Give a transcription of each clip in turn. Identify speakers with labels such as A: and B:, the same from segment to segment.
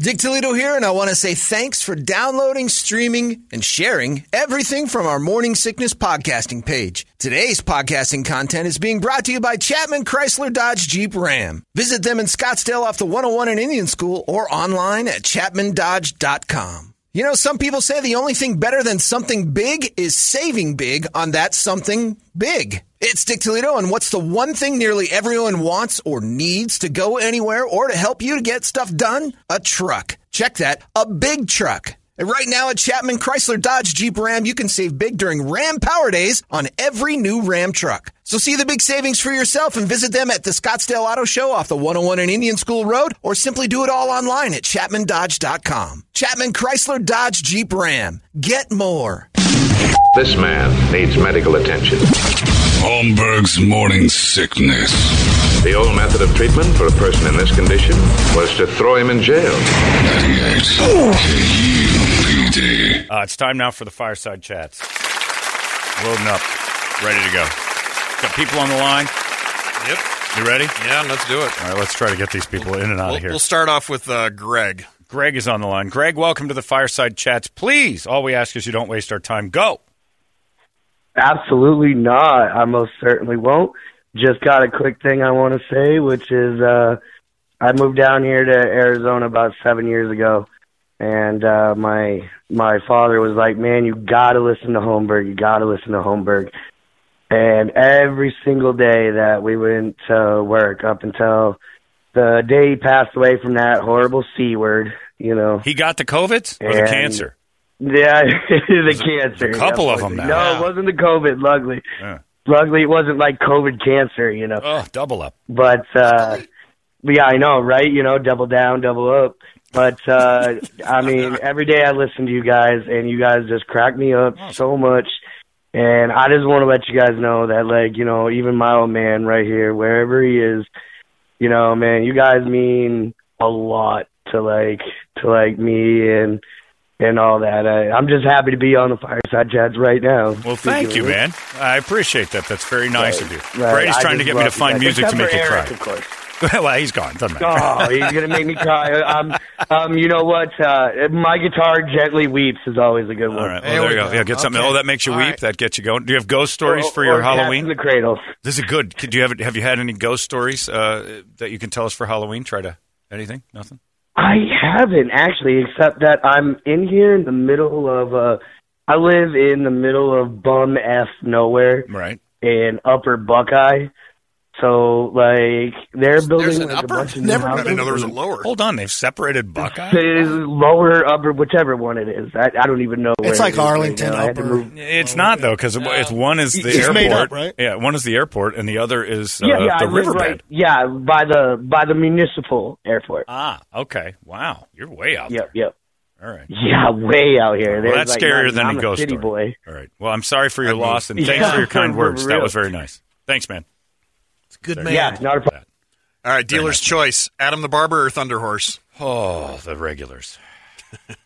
A: Dick Toledo here, and I want to say thanks for downloading, streaming, and sharing everything from our Morning Sickness podcasting page. Today's podcasting content is being brought to you by Chapman Chrysler Dodge Jeep Ram. Visit them in Scottsdale off the 101 in Indian School or online at chapmandodge.com. You know, some people say the only thing better than something big is saving big on that something big. It's Dick Toledo, and what's the one thing nearly everyone wants or needs to go anywhere or to help you to get stuff done? A truck. Check that, a big truck. And right now at Chapman Chrysler Dodge Jeep Ram, you can save big during Ram Power Days on every new Ram truck. So see the big savings for yourself and visit them at the Scottsdale Auto Show off the 101 in Indian School Road or simply do it all online at chapmandodge.com. Chapman Chrysler Dodge Jeep Ram. Get more.
B: This man needs medical attention.
C: Holmberg's morning sickness.
B: The old method of treatment for a person in this condition was to throw him in jail.
C: 98 KUPD.
D: Uh, it's time now for the fireside chats. Loading up, ready to go. Got people on the line.
E: Yep.
D: You ready?
E: Yeah, let's do it.
D: All right, let's try to get these people in and out
E: We'll,
D: of here.
E: we'll start off with uh, Greg.
D: Greg is on the line. Greg, welcome to the fireside chats. Please, all we ask is you don't waste our time. Go.
F: Absolutely not. I most certainly won't. Just got a quick thing I want to say, which is uh, I moved down here to Arizona about seven years ago, and uh, my my father was like, "Man, you gotta listen to Holmberg. You gotta listen to Holmberg." And every single day that we went to work, up until the day he passed away from that horrible c word, you know,
D: He got the COVID or the
F: And-
D: cancer.
F: yeah, the cancer.
D: a couple of
F: yeah.
D: them now.
F: No,
D: Yeah.
F: it wasn't the COVID. Luckily,
D: Yeah.
F: luckily it wasn't like COVID cancer, you know.
D: Oh, double up.
F: But uh, yeah, I know, right? You know, double down, double up. But uh, I mean, every day I listen to you guys, and you guys just crack me up
D: Oh.
F: so much. And I just want to let you guys know that, like, you know, even my old man right here, wherever he is, you know, man, you guys mean a lot to like to like me and and all that. I, I'm just happy to be on the fireside chats right now.
D: Well, thank you, man. I appreciate that. That's very nice of you.
F: Right,
D: Brady's
F: I
D: trying to
F: just
D: get me to
F: love you
D: find
F: guys.
D: music to
F: Except
D: make
F: for
D: you
F: Eric,
D: cry.
F: of course.
D: well, he's gone. Doesn't matter.
F: Oh, he's gonna make me cry. Um, um, you know what? Uh, my guitar gently weeps is always a good one.
D: All right. Well,
E: There
D: there
E: we
D: you go.
E: go.
D: Yeah, get something.
E: Okay.
D: Oh, that makes you
E: All
D: weep.
E: right.
D: That gets you going. Do you have ghost stories
F: Or-
D: for your
F: or Cats
D: Halloween?
F: in The cradle.
D: This is good. Could- Do you have have you had any ghost stories uh, that you can tell us for Halloween? Try to anything? Nothing.
F: I haven't actually, except that I'm in here in the middle of. Uh, I live in the middle of bum f nowhere
D: Right.
F: in Upper Buckeye. So like they're building
E: There's an
F: like, a
E: upper.
F: bunch of new
E: Never I didn't
F: houses.
E: know there was a lower.
D: Hold on. They've separated Buckeye.
F: There's lower upper whichever one it is. I, I don't even know. Where
G: It's
F: it
G: like
F: is right
G: Arlington
F: now. I had to
G: upper.
F: move-
D: It's not though, because it's one is the
G: It's
D: airport,
G: made up, right?
D: Yeah, one is the airport, and the other is uh,
F: yeah, yeah,
D: the
F: I live
D: riverbed.
F: right. Yeah, by the by the municipal airport.
D: Ah, okay. Wow, you're way out.
F: Yep, yep.
D: There. All right.
F: Yeah, way out
D: Well,
F: here. There's,
D: that's
F: like,
D: scarier
F: not-
D: than
F: I'm
D: a ghost
F: city
D: story.
F: boy.
D: All right. Well, I'm sorry for your loss, and
F: Yeah,
D: thanks for your kind
F: for
D: words. That
F: real.
D: was very nice. Thanks, man.
G: It's a good
D: There
G: man.
F: Yeah, not a problem.
E: All right, dealer's choice: Adam the Barber or Thunder Horse.
D: Oh, the regulars. All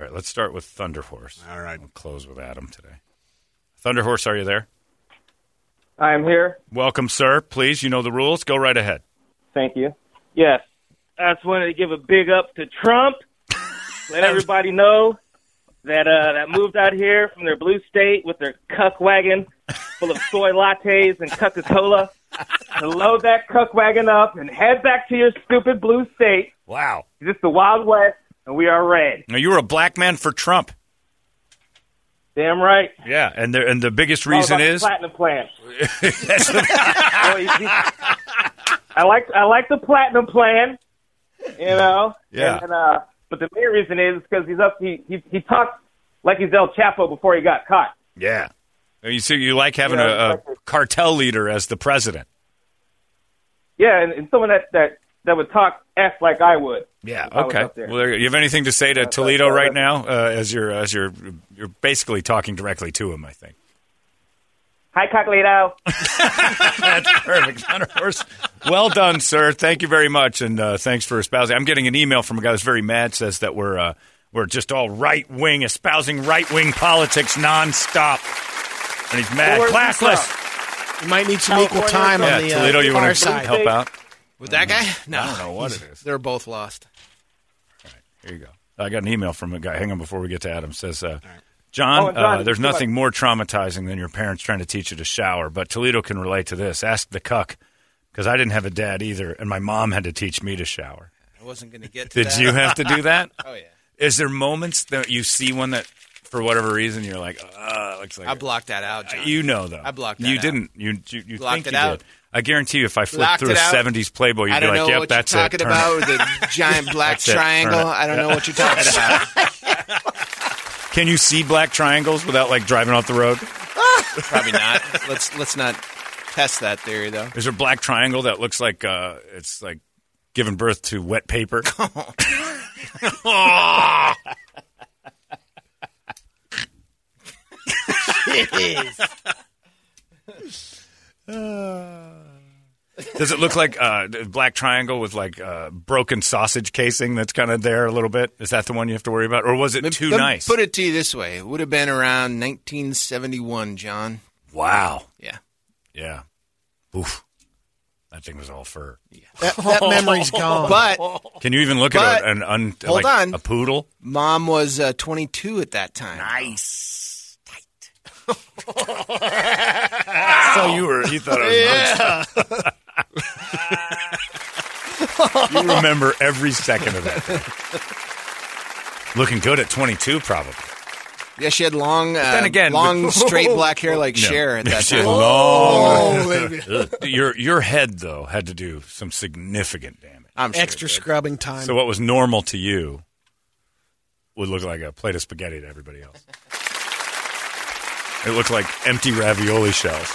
D: right, let's start with Thunder Horse.
E: All right.
D: We'll close with Adam today. Thunder Horse, are you there?
H: I am here.
D: Welcome, sir. Please, you know the rules. Go right ahead.
H: Thank you. Yes. I just wanted to give a big up to Trump. Let everybody know that uh, that moved out here from their blue state with their cuck wagon full of soy lattes and Coca Cola to load that cuck wagon up and head back to your stupid blue state.
D: Wow.
H: This is the Wild West, and we are red.
D: Now you were a black man for Trump.
H: Damn right. All
D: Yeah, and the and the biggest reason
H: about the
D: is
H: platinum plan. Boy, you- I like I like the platinum plan, you know.
D: Yeah.
H: And, uh, but the main reason is because he's up. He, he he talks like he's El Chapo before he got caught.
D: yeah. You see, you like having
H: Yeah,
D: a, a
H: exactly.
D: cartel leader as the president.
H: Yeah, and, and someone that that that would talk f like I would.
D: Yeah.
H: I was
D: Okay.
H: up there.
D: Well, there you, you have anything to say to Toledo
H: that's-
D: right now? Uh, as you're as you're you're basically talking directly to him, I think.
H: Hi, Cockleado.
D: That's perfect. Thunder Horse. Well done, sir. Thank you very much, and uh, thanks for espousing. I'm getting an email from a guy who's very mad. Says that we're uh, we're just all right wing, espousing right wing politics nonstop, and he's mad.
H: Well, where's he
D: Classless.
G: You might need some equal
H: California.
G: time
D: Yeah,
G: on the
D: Toledo,
G: uh,
D: you
G: far
D: want to
G: side.
D: help out?
I: With that guy? No.
D: I don't know what it is.
I: They're both lost.
D: There you go. I got an email from a guy. Hang on before we get to Adam. Says, uh, John,
H: Oh, and John,
D: uh, there's
H: go ahead.
D: nothing more traumatizing than your parents trying to teach you to shower, but Toledo can relate to this. Ask the cuck, because I didn't have a dad either, and my mom had to teach me to shower.
I: I wasn't going to get to
D: Did
I: that.
D: you have to do that?
I: Oh, yeah.
D: Is there moments that you see one that, for whatever reason, you're like, uh, looks like
I: I blocked that out, John.
D: you know though.
I: I blocked that
D: You
I: out.
D: didn't. You you, you
I: Blocked
D: think
I: it
D: you
I: out.
D: did. I guarantee you, if I flipped
I: Blocked
D: through a
I: it out.
D: '70s Playboy, you'd
I: I
D: be
I: don't
D: like,
I: know
D: "Yep,
I: what
D: that's
I: you're
D: it."
I: talking
D: Turn it.
I: about, or the giant black
D: it. Turn
I: triangle.
D: it.
I: I don't know what you're talking about.
D: Can you see black triangles without like driving off the road?
I: Probably not. Let's let's not test that theory though.
D: Is there a black triangle that looks like uh, it's like giving birth to wet paper?
I: Oh.
D: Does it look like uh, a black triangle with like uh, broken sausage casing that's kind of there a little bit? Is that the one you have to worry about, or was it too
I: Let me
D: nice?
I: Put it to you this way: it would have been around 1971, John.
D: wow.
I: Yeah.
D: Yeah. Oof. That thing was all fur.
G: That, that memory's gone.
I: But
D: Can you even look at
I: But-
D: a, an un,
I: hold
D: like
I: on.
D: a poodle?
I: mom was uh, 22 at that time.
D: Nice. Tight. so you were you thought I was you remember every second of that. thing. Looking good at 22 probably.
I: Yeah, she had long, uh,
D: then again,
I: long
D: with-
I: straight black hair like
D: No.
I: Cher at that
D: She had
I: time. Oh,
D: long- your your head though had to do some significant damage.
I: I'm sure.
G: Extra scrubbing time.
D: So what was normal to you would look like a plate of spaghetti to everybody else. It looked like empty ravioli shells.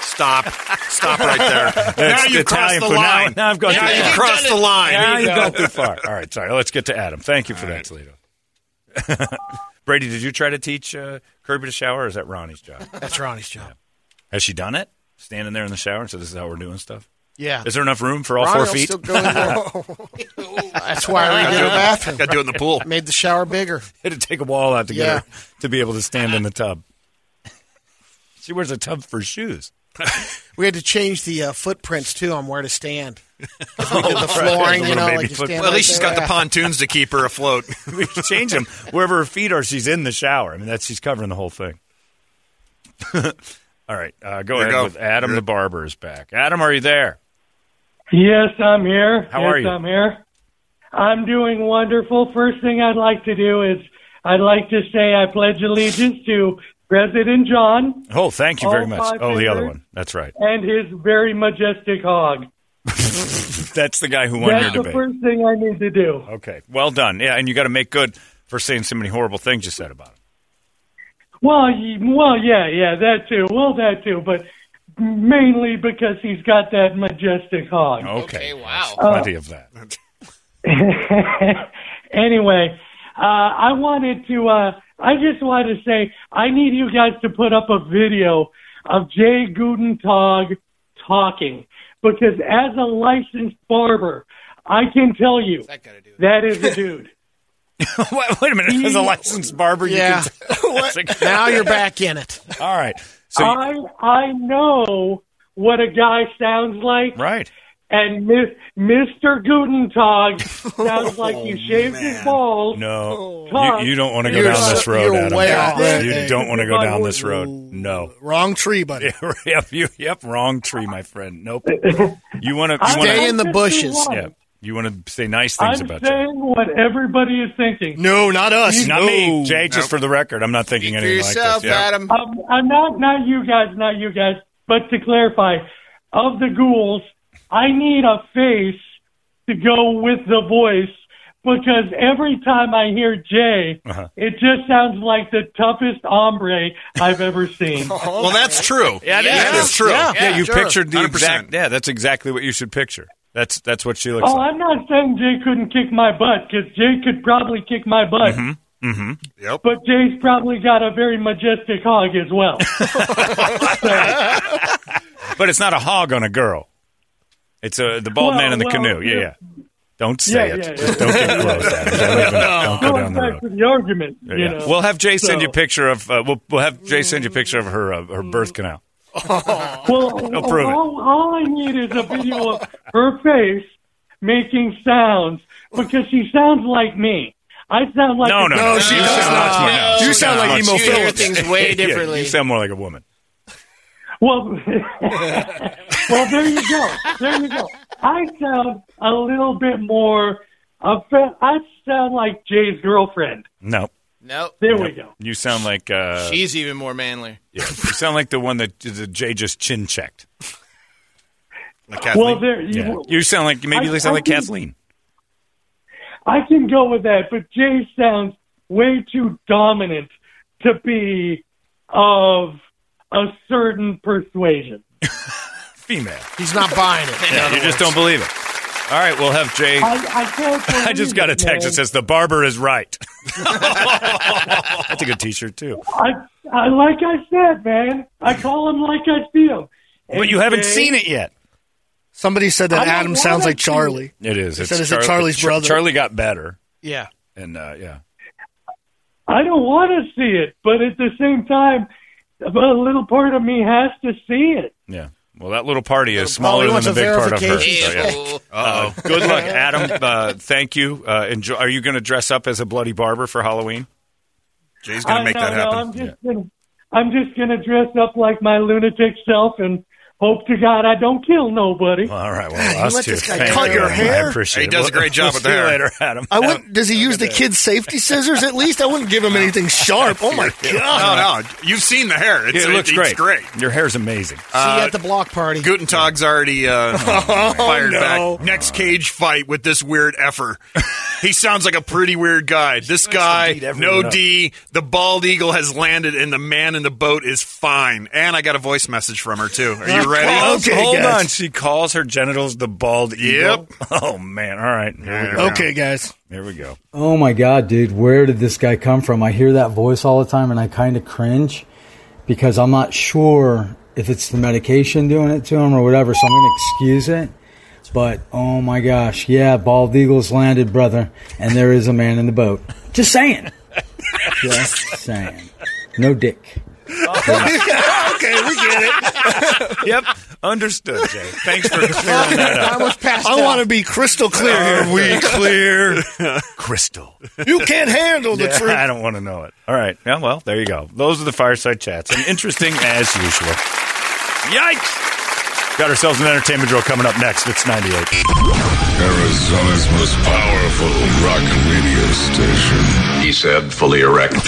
E: Stop. Stop right there. now
D: It's
E: you crossed
D: Italian
E: the
D: food.
E: line.
D: Now, now I've gone
E: Now
D: too
E: you
D: far.
E: crossed the line.
D: Now you've gone too far. All right, sorry. Let's get to Adam. Thank you for that, Toledo. Brady, did you try to teach uh, Kirby to shower, or is that Ronnie's job?
G: That's Ronnie's job.
D: Has she done it? Standing there in the shower and said, "This is how we're doing stuff."
G: Yeah.
D: Is there enough room for all
G: Ronnie will
D: four feet?
G: still go in there. That's why I redid her bathroom.
E: Got to do it in the pool.
G: Made the shower bigger.
D: It'd take a wall out to get
G: Yeah.
D: her to be able to stand in the tub. she wears a tub for shoes.
G: We had to change the uh, footprints too on where to stand. 'Cause
D: Oh,
G: we did the flooring, you
D: Little
G: know,
D: baby
G: like you
D: footprint.
G: stand
E: Well, at
G: right
E: least she's got the
G: there.
E: pontoons to keep her afloat.
D: we can change them wherever her feet are. She's in the shower. I mean, that's she's covering the whole thing. All right, uh, go
E: There you
D: ahead
E: go.
D: with Adam
E: You're-
D: the barber is back. Adam, are you there?
J: Yes, I'm here.
D: How
J: yes,
D: are you?
J: I'm here. I'm doing wonderful. First thing I'd like to do is I'd like to say I pledge allegiance to President John
D: Oh, thank you very
J: All
D: much.
J: five
D: Oh, the other
J: fingers.
D: one. That's right.
J: and his very majestic hog.
D: That's the guy who won
J: That's
D: your
J: the
D: debate.
J: first thing I need to do.
D: Okay, well done. Yeah, and you got to make good for saying so many horrible things you said about him.
J: Well, y- well, yeah, yeah, that too. Well, that too, but mainly because he's got that majestic hog.
D: Okay,
I: wow.
D: plenty of that.
J: anyway, uh, I wanted to. Uh, I just want to say I need you guys to put up a video of Jay Gudentag talking because as a licensed barber, I can tell you
I: That gotta do it.
J: that is a dude.
D: wait, wait a minute. As a licensed barber,
G: Yeah.
D: you can. That's like-
G: Now you're back in it.
D: All right. So you-
J: I I know what a guy sounds like,
D: right.
J: and Mi- Mr. Gudentag sounds like you shaved his balls.
D: No,
J: Todd,
D: you, you don't want to go
G: you're
D: down
G: so-
D: this road,
G: you're
D: Adam.
G: way off that
D: you
G: thing.
D: don't want to go down this road. No.
G: Wrong tree, buddy.
D: yep, you, yep, wrong tree, my friend. Nope. You want to, you
J: I'm
D: want
G: Stay
D: to,
G: in the bushes.
J: 51.
D: yeah, you want to say nice things
J: I'm
D: about you.
J: saying what everybody is thinking.
I: Mm-hmm.
E: No, not us.
D: Not
E: no.
D: me, Jay. Just
E: Nope.
D: for the record, I'm not thinking
I: For
D: anything
I: yourself,
D: like this. Yeah.
I: Adam.
J: Um, I'm not not you guys, not you guys. But to clarify, of the ghouls, I need a face to go with the voice because every time I hear Jay,
D: Uh-huh.
J: it just sounds like the toughest hombre I've ever seen. Oh,
E: Well, that's true. Yeah, that's true.
D: Yeah, you pictured the
E: 100%.
D: exact. Yeah, that's exactly what you should picture. That's that's what she looks
J: oh,
D: like.
J: I'm not saying Jay couldn't kick my butt because Jay could probably kick my butt.
E: Yep.
J: But Jay's probably got a very majestic hog as well.
D: But it's not a hog on a girl. It's a the bald
J: Well,
D: man in the
J: well,
D: canoe. Yeah,
J: yeah.
D: yeah. Don't say
J: Yeah,
D: it.
J: yeah,
D: Just don't get close. Adam. Don't, even, don't go
J: Going
D: down the road.
J: back to the argument, you
D: Yeah.
J: know.
D: We'll have Jay send you a
J: So-
D: picture of. Uh, we'll we'll have Jay send you a picture of her uh, her birth canal.
J: Well, oh,
D: prove it.
J: all, all I need is a video of her face making sounds because she sounds like me. I sound like
D: No,
J: a-
D: no, no. you sound much more. no,
I: no,
D: you sound
I: no.
D: like emo
I: You hear
D: Phillips.
I: things way
D: Yeah,
I: differently.
D: you sound more like a woman.
J: Well, well, there you go. There you go. I sound a little bit more. Offe- I sound like Jay's girlfriend.
D: No.
I: Nope.
J: There we go.
D: You sound like uh,
I: She's even more manly.
D: yeah, you sound like the one that the Jay just chin checked.
E: Like Kathleen.
J: Well, there you.
D: Yeah. You sound like maybe
J: I-
D: you sound
J: I
D: like
J: think-
D: Kathleen.
J: I can go with that, but Jay sounds way too dominant to be of a certain persuasion.
D: Female.
G: He's not buying it.
D: Yeah, you just don't believe it. All right, we'll have Jay.
J: I, I can't.
D: I just
J: believe
D: got a
J: it,
D: text
J: man.
D: that says the barber is right. That's a good T-shirt too.
J: I, I like I said, man. I call him like I see him.
D: But you haven't seen it yet.
K: Somebody said
J: I
K: that
J: don't
K: Adam
J: want
K: sounds
J: it
K: like
J: to.
K: Charlie.
D: It is. It's
K: said it's Charlie's
D: Char-
K: brother.
D: Charlie got better,
K: Yeah.
D: and uh, yeah,
J: I don't want to see it, but at the same time, a little part of me has to see it.
D: yeah. Well, that little party is
G: Molly
D: smaller than
G: wants
D: the
G: a
D: big part of her.
G: verification
D: so, yeah. Uh, good luck, Adam. Uh, thank you. Uh, enjoy. Are you going to dress up as a bloody barber for Halloween?
E: Jay's going to make
J: I,
E: that
J: no, no,
E: happen.
J: I'm just gonna, I'm just gonna dress up like my lunatic self and hope to God I don't kill nobody.
D: All right. Well, us
G: let
D: two.
G: this guy
D: Thank
G: cut
D: you,
G: your
D: Adam.
G: hair?
D: I appreciate
E: He
D: it.
E: does a
D: We'll-
E: great job
D: we'll
E: with
D: see
E: the
D: you
E: hair.
D: later, Adam.
K: I wouldn't. Does he use the kid's safety scissors at least? I wouldn't give him anything sharp. Oh my god!
E: No, no. You've seen the hair. It's,
D: Yeah, it looks
E: it's
D: great. Uh,
E: great.
D: Your hair's amazing.
G: See you at the block party.
E: Gutentag's already uh, fired
K: no.
E: back. Next cage fight with this weird effer. he sounds like a pretty weird guy. This guy,
D: beat everyone
E: no
D: up.
E: D. The bald eagle has landed, and the man in the boat is fine. And I got a voice message from her too. Are you ready?
D: Hold-
K: Okay,
D: Oh, hold
K: guys.
D: on. She calls her genitals the bald eagle. Oh man! All right, here we go.
K: Okay, guys.
D: Here we go.
L: Oh my god, dude, where did this guy come from? I hear that voice all the time and I kind of cringe because I'm not sure if it's the medication doing it to him or whatever, so I'm going to excuse it. But oh my gosh, yeah, bald eagles landed, brother, and there is a man in the boat. Just saying. Just saying. No dick.
K: okay, we get it.
D: Yep, understood, Jay. Thanks for clearing that up.
G: I was passed
K: I
G: out.
K: want to be crystal clear here.
D: we clear? Crystal.
K: You can't handle the truth.
D: I don't want to know it. All right. Yeah, well, there you go. Those are the fireside chats. And interesting as usual. Yikes! Got ourselves an entertainment drill coming up next. It's 98.
C: Arizona's most powerful rock radio station.
B: He said, fully erect.
C: 98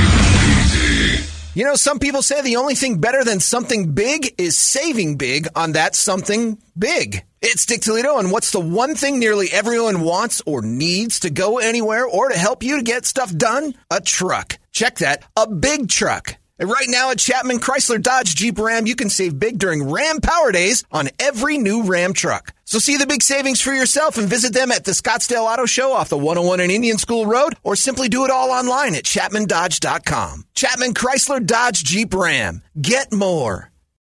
C: KUPD.
A: You know, some people say the only thing better than something big is saving big on that something big. It's Dick Toledo, and what's the one thing nearly everyone wants or needs to go anywhere or to help you to get stuff done? A truck. Check that, a big truck. And right now at Chapman Chrysler Dodge Jeep Ram, you can save big during Ram Power Days on every new Ram truck. So see the big savings for yourself and visit them at the Scottsdale Auto Show off the 101 and Indian School Road, or simply do it all online at ChapmanDodge.com. Chapman Chrysler Dodge Jeep Ram. Get more.